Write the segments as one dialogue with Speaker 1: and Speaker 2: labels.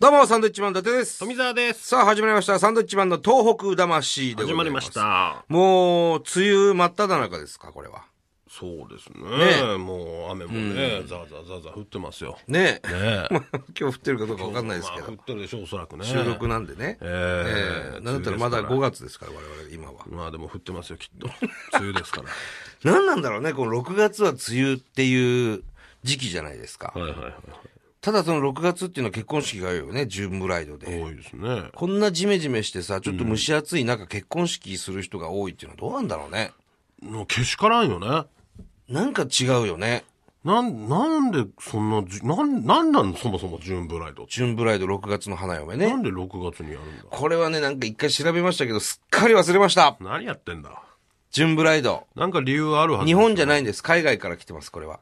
Speaker 1: どうも、サンドイッチマン伊達です。
Speaker 2: 富澤です。
Speaker 1: さあ、始まりました。サンドイッチマンの東北魂でございま
Speaker 2: 始
Speaker 1: す。
Speaker 2: まりまし。た。
Speaker 1: もう、梅雨真っ只中ですか、これは。
Speaker 2: そうです
Speaker 1: ね
Speaker 2: ね。もう雨もね、ザーザーザーザー降ってますよ。
Speaker 1: ね え。
Speaker 2: ね
Speaker 1: 今日降ってるかどうかわかんないですけ
Speaker 2: まあ降
Speaker 1: ど
Speaker 2: っ。てるでしょう、おそらくね。
Speaker 1: 収録なんでね。え
Speaker 2: ええ
Speaker 1: えなんだったらまだ
Speaker 2: 梅
Speaker 1: 5
Speaker 2: 雨
Speaker 1: 月ですから、我々今は。
Speaker 2: まあでも降ってますよ、きっと。梅雨で すから。
Speaker 1: 何なんだろうね、この6月は梅雨っていう時期じゃないですか。
Speaker 2: はいはいはい。
Speaker 1: ただその6月っていうのは結婚式が多いよね、ジューンブライドで。
Speaker 2: 多いですね。
Speaker 1: こんなジメジメしてさ、ちょっと蒸し暑い中結婚式する人が多いっていうのはどうなんだろうね。
Speaker 2: もうけしからんよね。
Speaker 1: なんか違うよね。
Speaker 2: なん、なんでそんなじ、なん、なんなんそもそもジューンブライドって。
Speaker 1: ジューンブライド6月の花嫁ね
Speaker 2: な。んで6月にやるんだ
Speaker 1: これはね、なんか一回調べましたけど、すっかり忘れました。
Speaker 2: 何やってんだ
Speaker 1: ジュンブライド。
Speaker 2: なんか理由あるはず。
Speaker 1: 日本じゃないんです。海外から来てます、これは。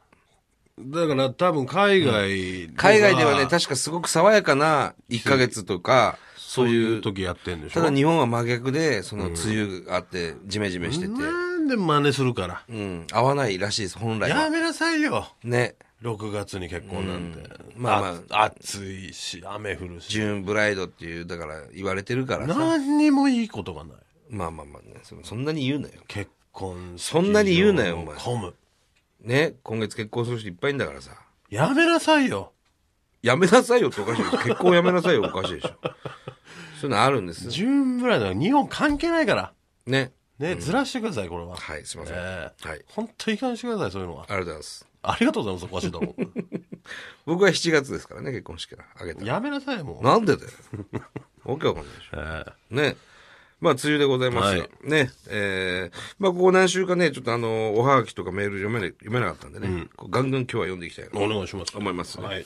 Speaker 2: だから多分海外、
Speaker 1: 海外ではね、確かすごく爽やかな1ヶ月とか、
Speaker 2: そういう時やってんでしょ
Speaker 1: ただ日本は真逆で、その梅雨があって、ジメジメしてて、
Speaker 2: なんで真似するから。
Speaker 1: うん、合わないらしいです、本来
Speaker 2: や
Speaker 1: は。
Speaker 2: めなさいよ。
Speaker 1: ね。
Speaker 2: 6月に結婚なんて。
Speaker 1: まあま
Speaker 2: あ。暑いし、雨降るし。
Speaker 1: ジューンブライドっていう、だから言われてるからさ。
Speaker 2: 何にもいいことがない。
Speaker 1: まあまあまあね、そそんなに言うなよ。
Speaker 2: 結婚式
Speaker 1: そんなに言うなよお前
Speaker 2: 混む。
Speaker 1: ね、今月結婚する人いっぱいいんだからさ。
Speaker 2: やめなさいよ。
Speaker 1: やめなさいよっておかしいでしょ。結婚やめなさいよおかしいでしょ。そういうのあるんです。
Speaker 2: ジューンブライドは日本関係ないから。
Speaker 1: ね。
Speaker 2: ね、ずらしてください、これは。
Speaker 1: はい、すいません。あ
Speaker 2: ええ
Speaker 1: はい
Speaker 2: 本当いかんしてください、そういうのは。
Speaker 1: りがとうございます。
Speaker 2: ありがとうございます、おかしいと 思
Speaker 1: 僕は7月ですからね、結婚式からあげた
Speaker 2: う。
Speaker 1: ら。
Speaker 2: やめなさい、もう。
Speaker 1: なんでだよ。わけわかんないでしょ。
Speaker 2: え
Speaker 1: ね。まあ、梅雨でございますよ。
Speaker 2: はい
Speaker 1: ね。えー、まあ、ここ何週かね、ちょっとあの、おはがきとかメール読めな読めなかったんでね、こうガンガン今日は読んでいきたいな
Speaker 2: えお願いします。
Speaker 1: 思いますね
Speaker 2: はい。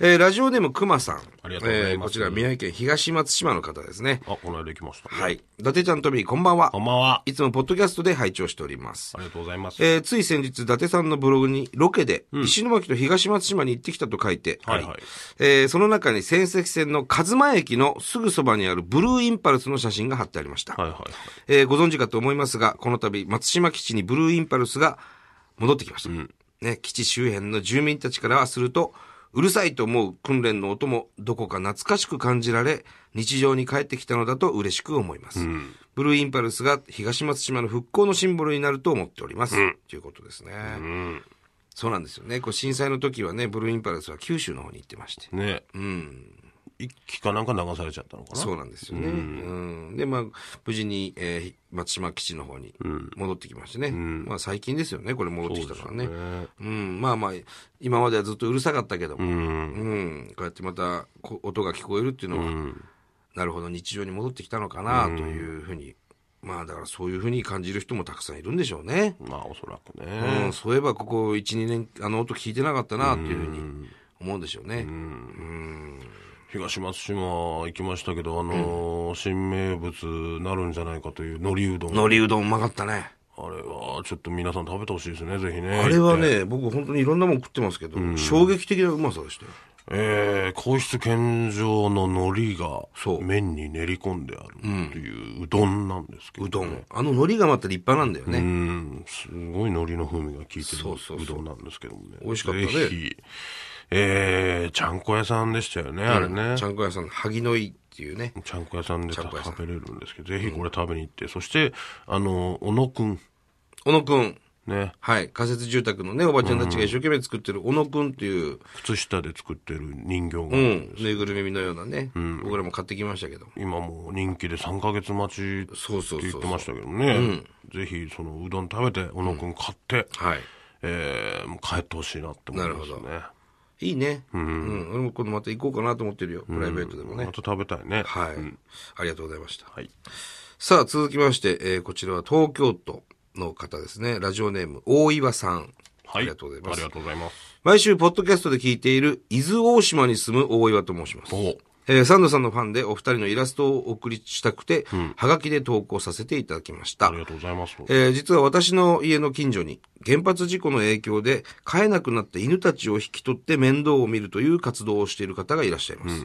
Speaker 1: えー、ラジオネームくまさん。
Speaker 2: ありがとうございます
Speaker 1: こちら宮城県東松島の方ですね。
Speaker 2: あ、この間行きました。
Speaker 1: は。い。伊達ちゃんとび、こんばんは
Speaker 2: こ。んばんは。
Speaker 1: いつもポッドキャストで拝聴しております
Speaker 2: あ。りがとうございます。
Speaker 1: えーつい先日、伊達さんのブログにロケで、石巻と東松島に行ってきたと書いてあり、
Speaker 2: はいはい
Speaker 1: えーその中に仙石線の鹿妻駅のすぐそばにあるブルーインパルスの写真が貼ってありました。
Speaker 2: はいはいはい。
Speaker 1: えーご存知かと思いますが、この度、松島基地にブルーインパルスが戻ってきました。ね、基地周辺の住民たちからはすると、うるさいと思う訓練の音もどこか懐かしく感じられ、日常に帰ってきたのだと嬉しく思います。ブルーインパルスが東松島の復興のシンボルになると思っております。ということですね。そうなんですよね。こう震災の時はね、ブルーインパルスは九州の方に行ってまして。
Speaker 2: ねうん。一気かなんか流されちゃったのかな
Speaker 1: そうなんですよね。うんで、まあ、無事に、えー松島基地の方に戻ってきましてね。まあ、最近ですよね、これ戻ってきたのはね。うん、まあまあ、今まではずっとうるさかったけども、うん、こうやってまたこ音が聞こえるっていうのは、なるほど、日常に戻ってきたのかなというふうに、まあ、だからそういうふうに感じる人もたくさんいるんでしょうね。
Speaker 2: まあおそらく
Speaker 1: う
Speaker 2: ね、
Speaker 1: ん、そういえばここ1、2年、あの音聞いてなかったなというふうに思うんでしょうね。
Speaker 2: 東松島行きましたけどあのー新名物なるんじゃないかという海苔うどん
Speaker 1: 海
Speaker 2: あ
Speaker 1: 苔うどんうまかったね。
Speaker 2: れはちょっと皆さん食べてほしいですねぜひね
Speaker 1: あれは
Speaker 2: 行って
Speaker 1: ね、僕本当にいろんなもん食ってますけど、衝撃的なうまさでしたよ。
Speaker 2: えー、皇室献上の海苔が
Speaker 1: そう
Speaker 2: 麺に練り込んであるっていううどんなんですけど、
Speaker 1: うどん。あの海苔がまた立派なんだよね。
Speaker 2: うんすごい海苔の風味が効いてる
Speaker 1: そうそうそう
Speaker 2: うどんなんですけどもね
Speaker 1: 美味しかったね
Speaker 2: ぜひえー、ちゃんこ屋さんでしたよね、あれね
Speaker 1: ちゃんこ屋さんの萩の井っていうね。
Speaker 2: ちゃんこ屋さんで
Speaker 1: ちゃんこ屋さん
Speaker 2: 食べれるんですけど、ぜひこれ食べに行って、そして、あの、小野くん、
Speaker 1: 小野くん。
Speaker 2: ね、
Speaker 1: はい。仮設住宅のね、おばちゃんたちが一生懸命作ってる小野くんっていう、
Speaker 2: 靴下で作ってる人形が、
Speaker 1: うん。ぬいぐるみのようなね。僕らも買ってきましたけど。
Speaker 2: 今もう人気で3ヶ月待ちって
Speaker 1: そうそう
Speaker 2: 言
Speaker 1: そ
Speaker 2: っ
Speaker 1: う
Speaker 2: て。ましたけどね、ぜひそのうどん食べて、小野くん買って、
Speaker 1: はい。
Speaker 2: えーもう帰ってほしいなって思いますね。
Speaker 1: いいね。うん。俺も今度また行こうかなと思ってるよ。プライベートでも
Speaker 2: ま
Speaker 1: ね
Speaker 2: た。食べたいね。
Speaker 1: はい。ありがとうございました。
Speaker 2: はい。
Speaker 1: さあ、続きまして、えーこちらは東京都の方ですね。ラジオネーム、大岩さん。あ
Speaker 2: はい。
Speaker 1: りがとうございま
Speaker 2: あり
Speaker 1: す
Speaker 2: が。とうございます。
Speaker 1: 毎週、ポッドキャストで聞いている、伊豆大島に住む大岩と申します。
Speaker 2: お
Speaker 1: えーサンドさんのファンでお二人のイラストをお送りしたくて、はがきで投稿させていただきました
Speaker 2: あり。がとうございます。
Speaker 1: えー実は私の家の近所に原発事故の影響で飼えなくなった犬たちを引き取って面倒を見るという活動をしている方がいらっしゃいます。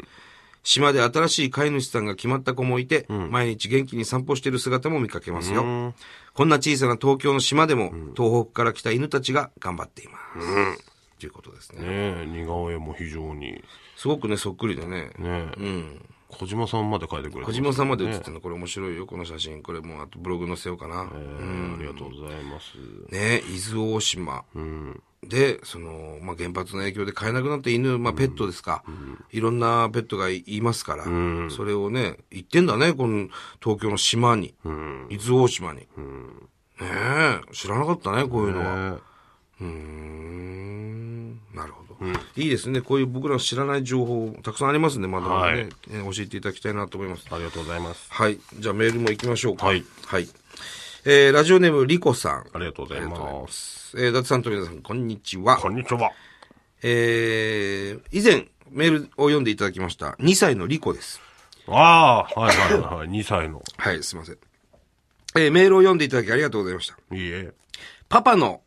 Speaker 1: 島で新しい飼い主さんが決まった子もいて、毎日元気に散歩している姿も見かけますよ。こんな小さな東京の島でも、東北から来た犬たちが頑張っています。っていうことですね。
Speaker 2: え似顔絵も非常に。
Speaker 1: すごくね、そっくりでね。
Speaker 2: ねうん。小島さんまで描いてくれて
Speaker 1: 小
Speaker 2: ます
Speaker 1: 島さんまで写ってるの、これ面白いよ、この写真。これもう、あとブログ載せようかな。
Speaker 2: えーありがとうございます。
Speaker 1: ね、伊豆大島。で、その、まあ、原発の影響で飼えなくなった犬、まあ、ペットですか、いろんなペットがいいますから、それをね、行ってんだね、この東京の島に、伊豆大島に。ねえ、知らなかったね、こういうのは。
Speaker 2: ね
Speaker 1: うーんなるほど、いいですね。こういう僕らの知らない情報、たくさんありますんで、まだまだね、
Speaker 2: はい
Speaker 1: えー教えていただきたいなと思います。
Speaker 2: ありがとうございます。
Speaker 1: はい。じゃあメールも行きましょうか。
Speaker 2: はい。
Speaker 1: えー、ラジオネーム、リコさん。
Speaker 2: ありがとうござい
Speaker 1: ありがとうござい
Speaker 2: ま。
Speaker 1: ますす。えー、伊達さんと皆さん、こんにちは。
Speaker 2: こんにちは。
Speaker 1: えー、以前、メールを読んでいただきました、2歳のリコです。
Speaker 2: ああ、はいはいはい。2歳の。
Speaker 1: はい、すいません。えー、メールを読んでいただきありがとうございました。
Speaker 2: いいえ。
Speaker 1: パパの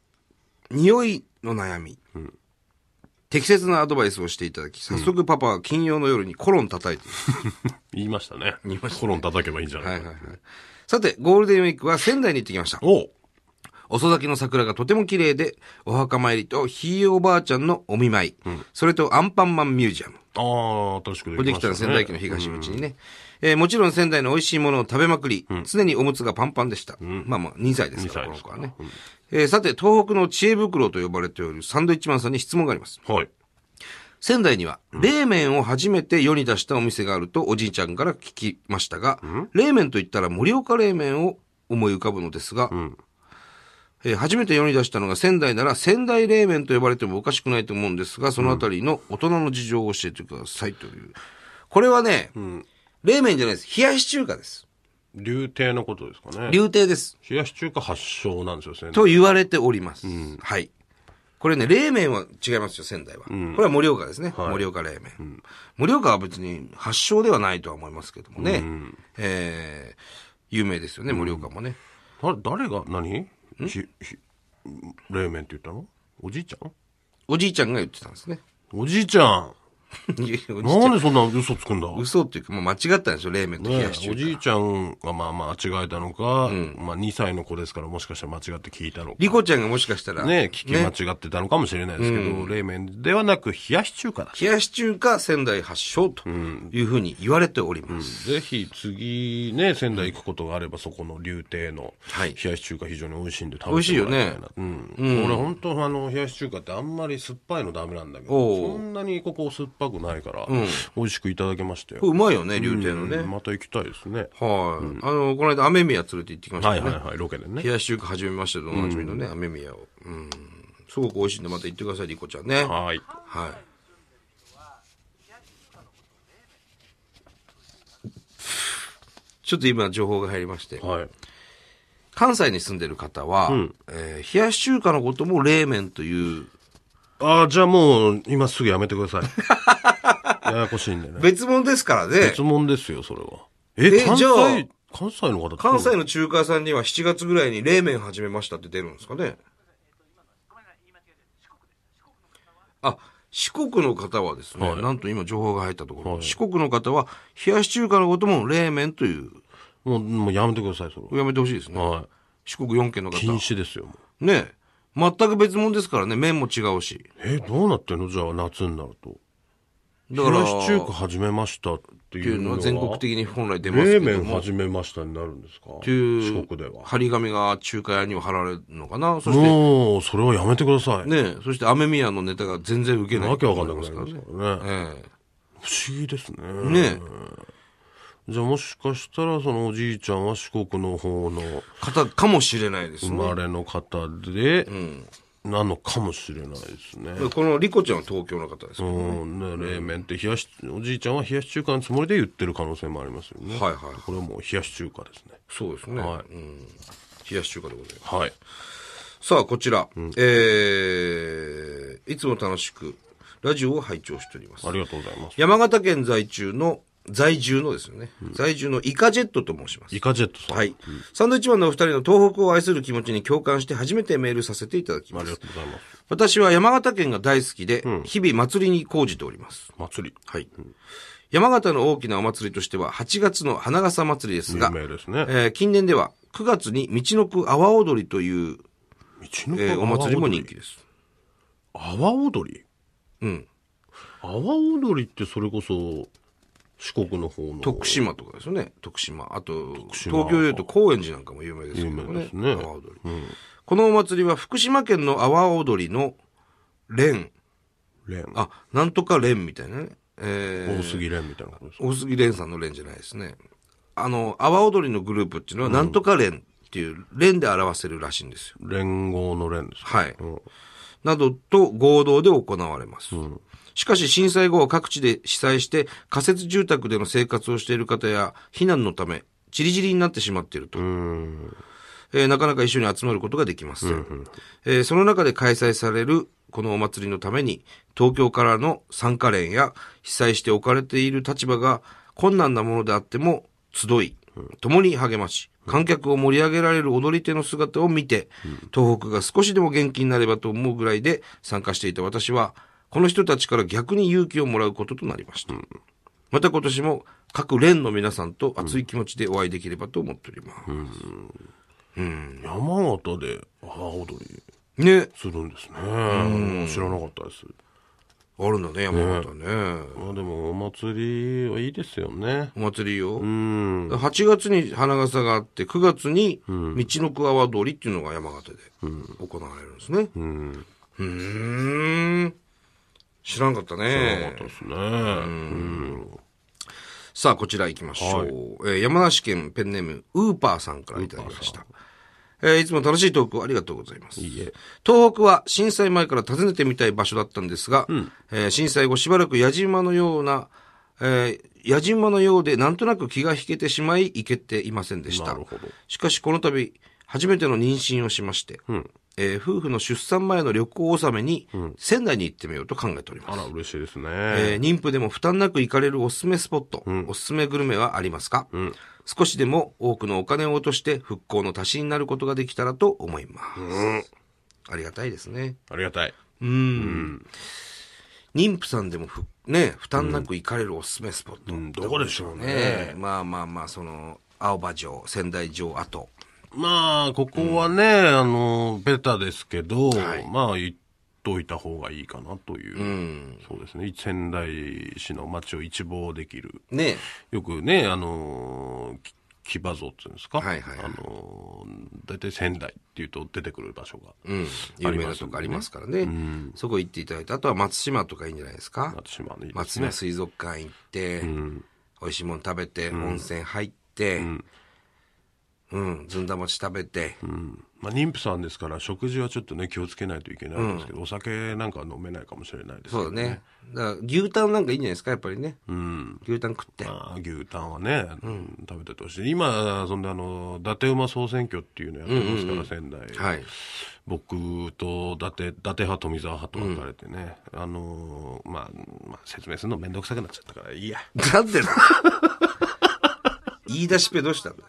Speaker 1: 匂いの悩み。適切なアドバイスをしていただき、早速パパは金曜の夜にコロン叩いている。
Speaker 2: 言いましたね。
Speaker 1: 言いましたね
Speaker 2: コロン叩けばいいんじゃないか。
Speaker 1: はいはいはい。さて、ゴールデンウィークは仙台に行ってきました。
Speaker 2: おう
Speaker 1: 遅咲きの桜がとても綺麗で、お墓参りとひいおばあちゃんのお見舞い、それとアンパンマンミュージアム。
Speaker 2: ああ、新しくで
Speaker 1: こ
Speaker 2: き
Speaker 1: れ
Speaker 2: ま
Speaker 1: で
Speaker 2: し
Speaker 1: き
Speaker 2: た
Speaker 1: た
Speaker 2: ね。
Speaker 1: の仙台駅の東口にね。えーもちろん仙台の美味しいものを食べまくり、常におむつがパンパンでした。まあまあ、2歳ですから、この
Speaker 2: 2歳
Speaker 1: 子はね。えーさて、東北の知恵袋と呼ばれておるサンドイッチマンさんに質問があります。
Speaker 2: はい。
Speaker 1: 仙台には、冷麺を初めて世に出したお店があるとおじいちゃんから聞きましたが、冷麺と言ったら盛岡冷麺を思い浮かぶのですが、えー初めて世に出したのが仙台なら仙台冷麺と呼ばれてもおかしくないと思うんですが、そのあたりの大人の事情を教えてくださいという。これはね、冷麺じゃないです。冷やし中華です。
Speaker 2: 流亭のことですかね。
Speaker 1: 流亭です。
Speaker 2: 冷やし中華発祥なんですよ、仙台。
Speaker 1: と言われております。はい。これね、冷麺は違いますよ、仙台は。これは盛岡ですね。盛岡冷麺。盛岡は別に発祥ではないとは思いますけどもね。えー有名ですよね、盛岡もね。
Speaker 2: だ誰が何ひひ冷麺って言ったのおじいちゃん
Speaker 1: おじいちゃんが言ってたん ですね。
Speaker 2: おじいちゃん
Speaker 1: いやおじいちゃん
Speaker 2: なんでそんな嘘つくんだ
Speaker 1: 嘘っていうか、もう間違ったんですよ、冷麺と冷
Speaker 2: ね
Speaker 1: やし中
Speaker 2: お
Speaker 1: 華。
Speaker 2: じいちゃんがまあまあ間違えたのか、まあ2歳の子ですからもしかしたら間違って聞いたのか。
Speaker 1: リコちゃんがもしかしたら、
Speaker 2: ね聞き間違ってたのかもしれないですけど、冷麺ではなく冷やし中華だ。
Speaker 1: 冷やし中華仙台発祥というふうに言われております。
Speaker 2: ぜひ次ね、仙台行くことがあれば、そこの竜亭の
Speaker 1: はい
Speaker 2: 冷やし中華非常に美味しいんで食
Speaker 1: 美
Speaker 2: べ
Speaker 1: 味していよ
Speaker 2: もらい
Speaker 1: ね
Speaker 2: たいな。うん。俺本当あの、冷やし中華ってあんまり酸っぱいのダメなんだけ
Speaker 1: おう
Speaker 2: ど、そんなにここ酸っぱくないから、美味しくいただけましたよ
Speaker 1: こ。れうまいよね、竜亭のね。
Speaker 2: うんまた行きたいですね。
Speaker 1: はい、あの、この間、雨宮連れて行ってきました
Speaker 2: は
Speaker 1: ね
Speaker 2: い。はいはい、ロケでね
Speaker 1: 冷。やし中華始めましたとおなじみのね、雨宮を。うん。すごく美味しいんで、また行ってください、リコちゃんね。
Speaker 2: はい。
Speaker 1: はい。ちょっと今、情報が入りまして。
Speaker 2: はい。
Speaker 1: 関西に住んでる方は、えー冷やし中華のことも冷麺という、
Speaker 2: ああ、じゃあもう、今すぐやめてください。 ややこしいんでね。
Speaker 1: 別物ですからね
Speaker 2: 質。問ですよ、それは。え、
Speaker 1: え
Speaker 2: 関
Speaker 1: じゃ
Speaker 2: 西、関西の方
Speaker 1: 関西の中華屋さんには7月ぐらいに冷麺始めましたって出るんですかねあ、四国の方はですね、
Speaker 2: はい
Speaker 1: なんと今情報が入ったところ、
Speaker 2: はい
Speaker 1: 四国の方は冷やし中華のことも冷麺という、
Speaker 2: もう、もうやめてください、それ
Speaker 1: やめてほしいですね。
Speaker 2: は。は
Speaker 1: 四国4県の
Speaker 2: い。禁
Speaker 1: 方。
Speaker 2: 止ですよ、もう。
Speaker 1: ね全く別物ですからね、麺も違うし。
Speaker 2: え、どうなってんのじゃあ、夏になると。
Speaker 1: だ
Speaker 2: 冷
Speaker 1: から、
Speaker 2: やし中華始めましたって
Speaker 1: って
Speaker 2: い
Speaker 1: いう
Speaker 2: うの
Speaker 1: のは
Speaker 2: は
Speaker 1: 全国的に本来出ますけ
Speaker 2: 冷
Speaker 1: ど
Speaker 2: 麺
Speaker 1: も。
Speaker 2: 始めましたになるんですか
Speaker 1: っていう
Speaker 2: 四国では。
Speaker 1: 張り紙が中華屋には貼られるのかなそして、
Speaker 2: もう、それはやめてください。
Speaker 1: ねそして、アメミヤのネタが全然受けない。
Speaker 2: わけわかんなくなりますからね。
Speaker 1: ええ
Speaker 2: 不思議ですね。
Speaker 1: ね
Speaker 2: じゃあもしかしたら、そのおじいちゃんは四国の方の、
Speaker 1: 方かもしれないです
Speaker 2: 生
Speaker 1: ね。
Speaker 2: まれの方で、なのかもしれないですね。
Speaker 1: このリコちゃんは東京の方です。
Speaker 2: う
Speaker 1: は
Speaker 2: ん、ね冷麺って冷やし、おじいちゃんは冷やし中華のつもりで言ってる可能性もありますよね。
Speaker 1: いはい。
Speaker 2: これはもう冷やし中華ですね。
Speaker 1: そうですね。
Speaker 2: は
Speaker 1: うん冷やし中華でございます。
Speaker 2: はい。
Speaker 1: さあ、こちら。えー、いつも楽しく、ラジオを拝聴しております
Speaker 2: あ。りがとうございます。
Speaker 1: 山形県在住の、在住のですよね。在住のイカジェットと申します
Speaker 2: イ。カジェットさん。
Speaker 1: はい。サンドイッチマンのお二人の東北を愛する気持ちに共感して初めてメールさせていただき
Speaker 2: あ
Speaker 1: ま
Speaker 2: り
Speaker 1: す
Speaker 2: が。とうございます。
Speaker 1: 私は山形県が大好きで、日々祭りに講じております。
Speaker 2: 祭り。
Speaker 1: はい。山形の大きなお祭りとしては、8月の花笠祭りです
Speaker 2: 有
Speaker 1: が、
Speaker 2: 名ですね。
Speaker 1: えー近年では9月に道の区阿波踊りという、
Speaker 2: 道の
Speaker 1: えーお祭りも人気です。
Speaker 2: 阿波踊り
Speaker 1: うん。
Speaker 2: 阿波踊りってそれこそ四国の方の
Speaker 1: 徳島とかですよね。徳島。あと、
Speaker 2: 島
Speaker 1: 東京でいうと高円寺なんかも有名ですけどね。
Speaker 2: 有名ですね
Speaker 1: 阿波踊り。このお祭りは福島県の阿波踊りの連、
Speaker 2: 連
Speaker 1: あ、なんとか連みたいなね。えー
Speaker 2: 大杉連みたいなことですか
Speaker 1: 大杉連さんの連じゃないですね。あの、阿波踊りのグループっていうのは、なんとか連っていう、連で表せるらしいんですよ。
Speaker 2: 連合の連ですか
Speaker 1: はい。
Speaker 2: うん
Speaker 1: などと合同で行われます。しかし震災後は各地で被災して仮設住宅での生活をしている方や避難のため散り散りになってしまっていると、
Speaker 2: うん
Speaker 1: えーなかなか一緒に集まることができません、えーその中で開催されるこのお祭りのために東京からの参加連や被災して置かれている立場が困難なものであっても集い共に励まし観客を盛り上げられる踊り手の姿を見て東北が少しでも元気になればと思うぐらいで参加していた私はこの人たちから逆に勇気をもらうこととなりました、また今年も各連の皆さんと熱い気持ちでお会いできればと思っております、
Speaker 2: 山形で阿波踊り
Speaker 1: ね
Speaker 2: するんですね知らなかったです
Speaker 1: あるんだね、山形ね。
Speaker 2: まあでもお祭りはいいですよね
Speaker 1: お祭りよ。
Speaker 2: うん
Speaker 1: 8月に花笠があって、9月に道のく阿波通りっていうのが山形で行われるんですね。うん。ん。知らんかった
Speaker 2: よか
Speaker 1: ね
Speaker 2: った。ですねうん
Speaker 1: さあ、こちら行きましょう。
Speaker 2: はい
Speaker 1: えー山梨県ペンネーム、ウーパーさんからいただきました。えーいつも楽しいトークをありがとうございます。東北は震災前から訪ねてみたい場所だったんですが、えー震災後しばらく矢島のような、えー矢島のようでなんとなく気が引けてしまい行けていませんでした
Speaker 2: なるほど。
Speaker 1: しかしこの度、初めての妊娠をしまして、えー夫婦の出産前の旅行納めに、仙台に行ってみようと考えております
Speaker 2: あ。ら嬉しいですね
Speaker 1: えー妊婦でも負担なく行かれるおすすめスポット、おすすめグルメはありますか、少しでも多くのお金を落として復興の足しになることができたらと思います。ありがたいですね。
Speaker 2: ありがたい
Speaker 1: うん。妊婦さんでもふ、ね、負担なく行かれるおすすめスポット。
Speaker 2: うんどこでしょうね
Speaker 1: ねまあまあまあ、その、青葉城、仙台城跡。
Speaker 2: まあここはね、あのベタですけど、まあ言っといた方がいいかなという、そうですね仙台市の街を一望できる
Speaker 1: ね。
Speaker 2: よくねあのき騎馬像っていうんですか、
Speaker 1: はいはいはい
Speaker 2: あの大体仙台っていうと出てくる場所が
Speaker 1: うん。有名なとこありますからね。そこ行っていただいて、あとは松島とかいいんじゃないですか。
Speaker 2: 松島のいいで
Speaker 1: 松
Speaker 2: すね
Speaker 1: 島水族館行って、美味しいもの食べて、温泉入って、うん、ずんだ餅食べて、
Speaker 2: まあ、妊婦さんですから食事はちょっとね気をつけないといけないんですけど、お酒なんかは飲めないかもしれないですけ
Speaker 1: そう
Speaker 2: ど
Speaker 1: だね。だから牛タンなんかいいんじゃないですか、やっぱりね。牛タン食って。
Speaker 2: まあ、牛タンはね、食べててほしい。今、そんであの、伊達馬総選挙っていうのやってますから、仙台。
Speaker 1: はい。
Speaker 2: 僕と伊達、伊達派、富澤派と分かれてね、あのー、まあ、まあ、説明するのめんどくさくなっちゃったから、いいや。
Speaker 1: なんでな言い出しっぺどうしたんだ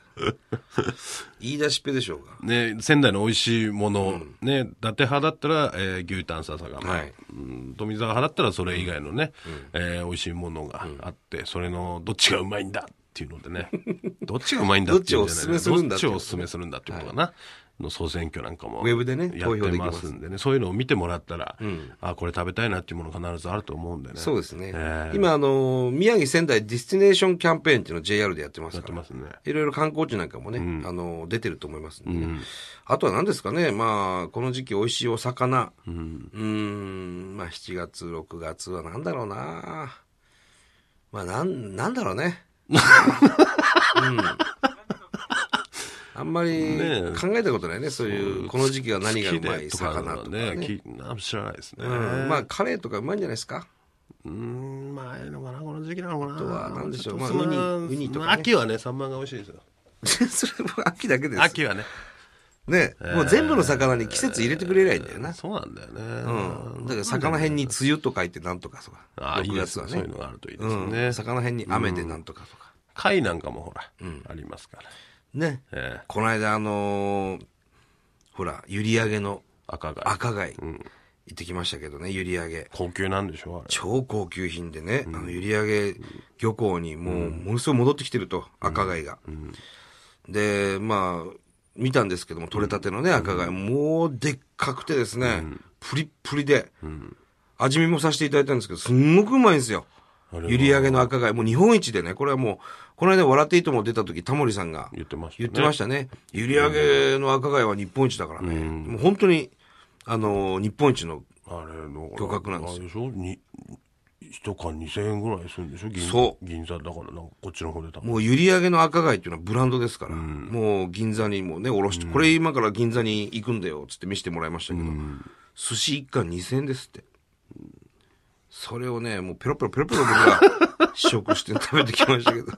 Speaker 1: 言い出しっぺでしょうか。
Speaker 2: ね、仙台の美味しいもの、ね、伊達派だったら、えー牛タン笹が、
Speaker 1: はい
Speaker 2: うん富澤派だったらそれ以外のね、えー美味しいものがあって、それのどっちがうまいんだっていうの でね、どっちがうまいんだっていうんじゃない
Speaker 1: どっちをおすすめするんだっ
Speaker 2: どってち
Speaker 1: いう
Speaker 2: をおすすめするんだっていうことかな。の総選挙なんかも。
Speaker 1: ウェブでね
Speaker 2: やっ
Speaker 1: 投票
Speaker 2: て
Speaker 1: できま
Speaker 2: ますすんでね。そういうのを見てもらったら、あ、これ食べたいなっていうもの必ずあると思うんでね。
Speaker 1: そうですね。
Speaker 2: えー
Speaker 1: 今、あのー宮城仙台ディスティネーションキャンペーンっていうのを JR でやってます
Speaker 2: やっ
Speaker 1: か
Speaker 2: て
Speaker 1: ら。
Speaker 2: ますね。
Speaker 1: いろいろ観光地なんかもね、あの、出てると思いますんでね、あとは何ですかね、まあ、この時期美味しいお魚。うん。ん、まあ、7月、6月は何だろうな。まあ、なん、なんだろうね。うん。あんまり
Speaker 2: ねえ
Speaker 1: 考えたことないね、そういう、この時期は何がうま
Speaker 2: 好きで
Speaker 1: い魚とかね。
Speaker 2: きな知らないですね。
Speaker 1: うん、まあ、カレーとかうまいんじゃないですか。
Speaker 2: うーん、まあ、ええのかな、この時期なのかな。あ
Speaker 1: とは何でしょうまあウニウニとかね
Speaker 2: 秋はね、サンマが美味しいですよ。
Speaker 1: それも秋だけです。
Speaker 2: 秋はね。
Speaker 1: ね、もう全部の魚に季節入れてくれりゃいいんだよな。
Speaker 2: そうなんだよね。
Speaker 1: うん。だから魚辺に梅雨と書いてなんとかとか。
Speaker 2: ああ、いい
Speaker 1: 6
Speaker 2: で
Speaker 1: 月
Speaker 2: す
Speaker 1: は
Speaker 2: ね。そう
Speaker 1: ね
Speaker 2: いう。のがあるといいです
Speaker 1: うん
Speaker 2: ね。
Speaker 1: 魚辺に雨でなんとかとか。
Speaker 2: 貝なんかもほら、ありますから。
Speaker 1: ね。
Speaker 2: ええ
Speaker 1: この間あのーほら、閖上の
Speaker 2: 赤貝。
Speaker 1: 赤貝、行ってきましたけどね、閖上。
Speaker 2: 高級なんでしょう、あれ。
Speaker 1: 超高級品でね、あの閖上漁港にもうものすごい戻ってきてると、赤貝が。で、まあ、見たんですけども、取れたてのね、赤貝、もうでっかくてですね、プリップリで、味見もさせていただいたんですけど、すんごくうまいんですよ。
Speaker 2: あれは
Speaker 1: 閖上げの赤貝、もう日本一でね、これはもう、この間、笑っていいとも出た時、タモリさんが
Speaker 2: 言ってましたね
Speaker 1: 言ってましたね。閖上げの赤貝は日本一だからね。もう本当に、あの、日本一の、
Speaker 2: あれの
Speaker 1: 漁獲なんですよ
Speaker 2: あれでしょに一缶2000円ぐらいするんでしょ銀
Speaker 1: そ
Speaker 2: 銀座だからなんかこっちの方で多分
Speaker 1: もう閖上げの赤貝っていうのはブランドですから、もう銀座にもね、おろして、これ今から銀座に行くんだよ、つって見せてもらいましたけど、寿司一貫2000円ですって。それをね、もうペロペロペロペロ僕が試食して食べてきましたけど、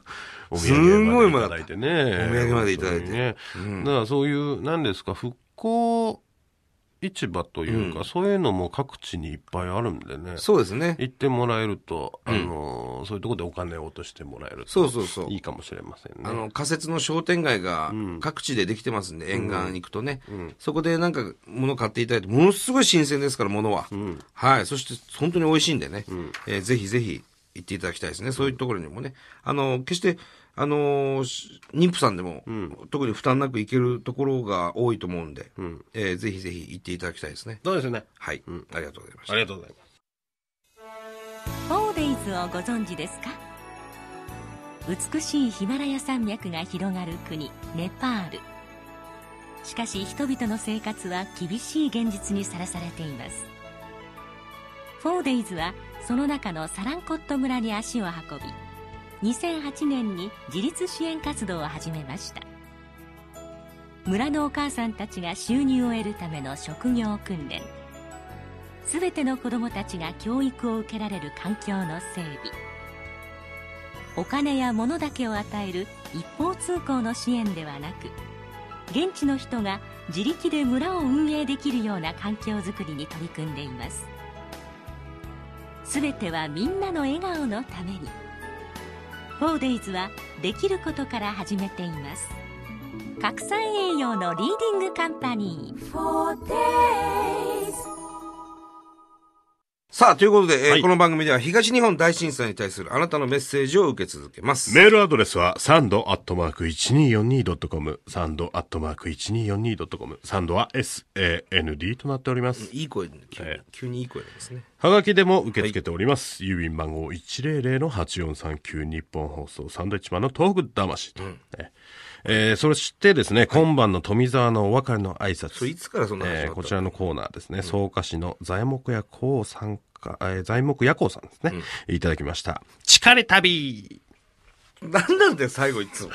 Speaker 1: すんごいうまかった
Speaker 2: い。てね。
Speaker 1: お土産までいただいて
Speaker 2: 本当にね。だからそういう、なんですか、復興市場というか、そういうのも各地にいっぱいあるんでね。
Speaker 1: そうですね。
Speaker 2: 行ってもらえると、あのーそういうところでお金を落としてもらえると。
Speaker 1: そうそうそう
Speaker 2: いいかもしれません
Speaker 1: あ
Speaker 2: ね。
Speaker 1: の、仮設の商店街が各地でできてますんで、沿岸行くとね、そこでなんか物買っていただいて、ものすごい新鮮ですから、物は。はい。そして、本当に美味しいんでね、えーぜひぜひ行っていただきたいですね。そういうところにもね。あの、決して、あのーし妊婦さんでも、特に負担なく行けるところが多いと思うんで、えーぜひぜひ行っていただきたいですね。
Speaker 2: そうですね。
Speaker 1: はい。ありがとうございました
Speaker 2: あ。りがとうございます。
Speaker 3: フォーデイズをご存知ですか美しいヒマラヤ山脈が広がる国ネパールしかし人々の生活は厳しい現実にさらされていますフォーデイズはその中のサランコット村に足を運び2008年に自立支援活動を始めました村のお母さんたちが収入を得るための職業訓練全ての子どもたちが教育を受けられる環境の整備お金や物だけを与える一方通行の支援ではなく現地の人が自力で村を運営できるような環境づくりに取り組んでいます全てはみんなの笑顔のために 4days はできることから始めています拡散栄養のリーディングカンパニー
Speaker 1: さあ、ということで、えー
Speaker 4: はい
Speaker 1: この番組では東日本大震災に対するあなたのメッセージを受け続けます。
Speaker 4: メールアドレスは、サンドアットマーク 1242.com、サンドアットマーク 1242.com、サンドは SAND となっております。
Speaker 1: いい声で、急に,、
Speaker 4: ええ
Speaker 1: 急にいい声ですね。
Speaker 4: はがきでも受け付けております。郵便番号100-8439日本放送サンドイッチマンの東北魂と。ねえーそしてですね、今晩の富澤のお別れの挨拶。
Speaker 1: それいつからそんな話にな
Speaker 4: え
Speaker 1: った
Speaker 4: ーこちらのコーナーですね、草加市の材木屋こうさんか、えー材木屋こうさんですね、いただきました。力旅
Speaker 1: なんなんだよ、最後いつも。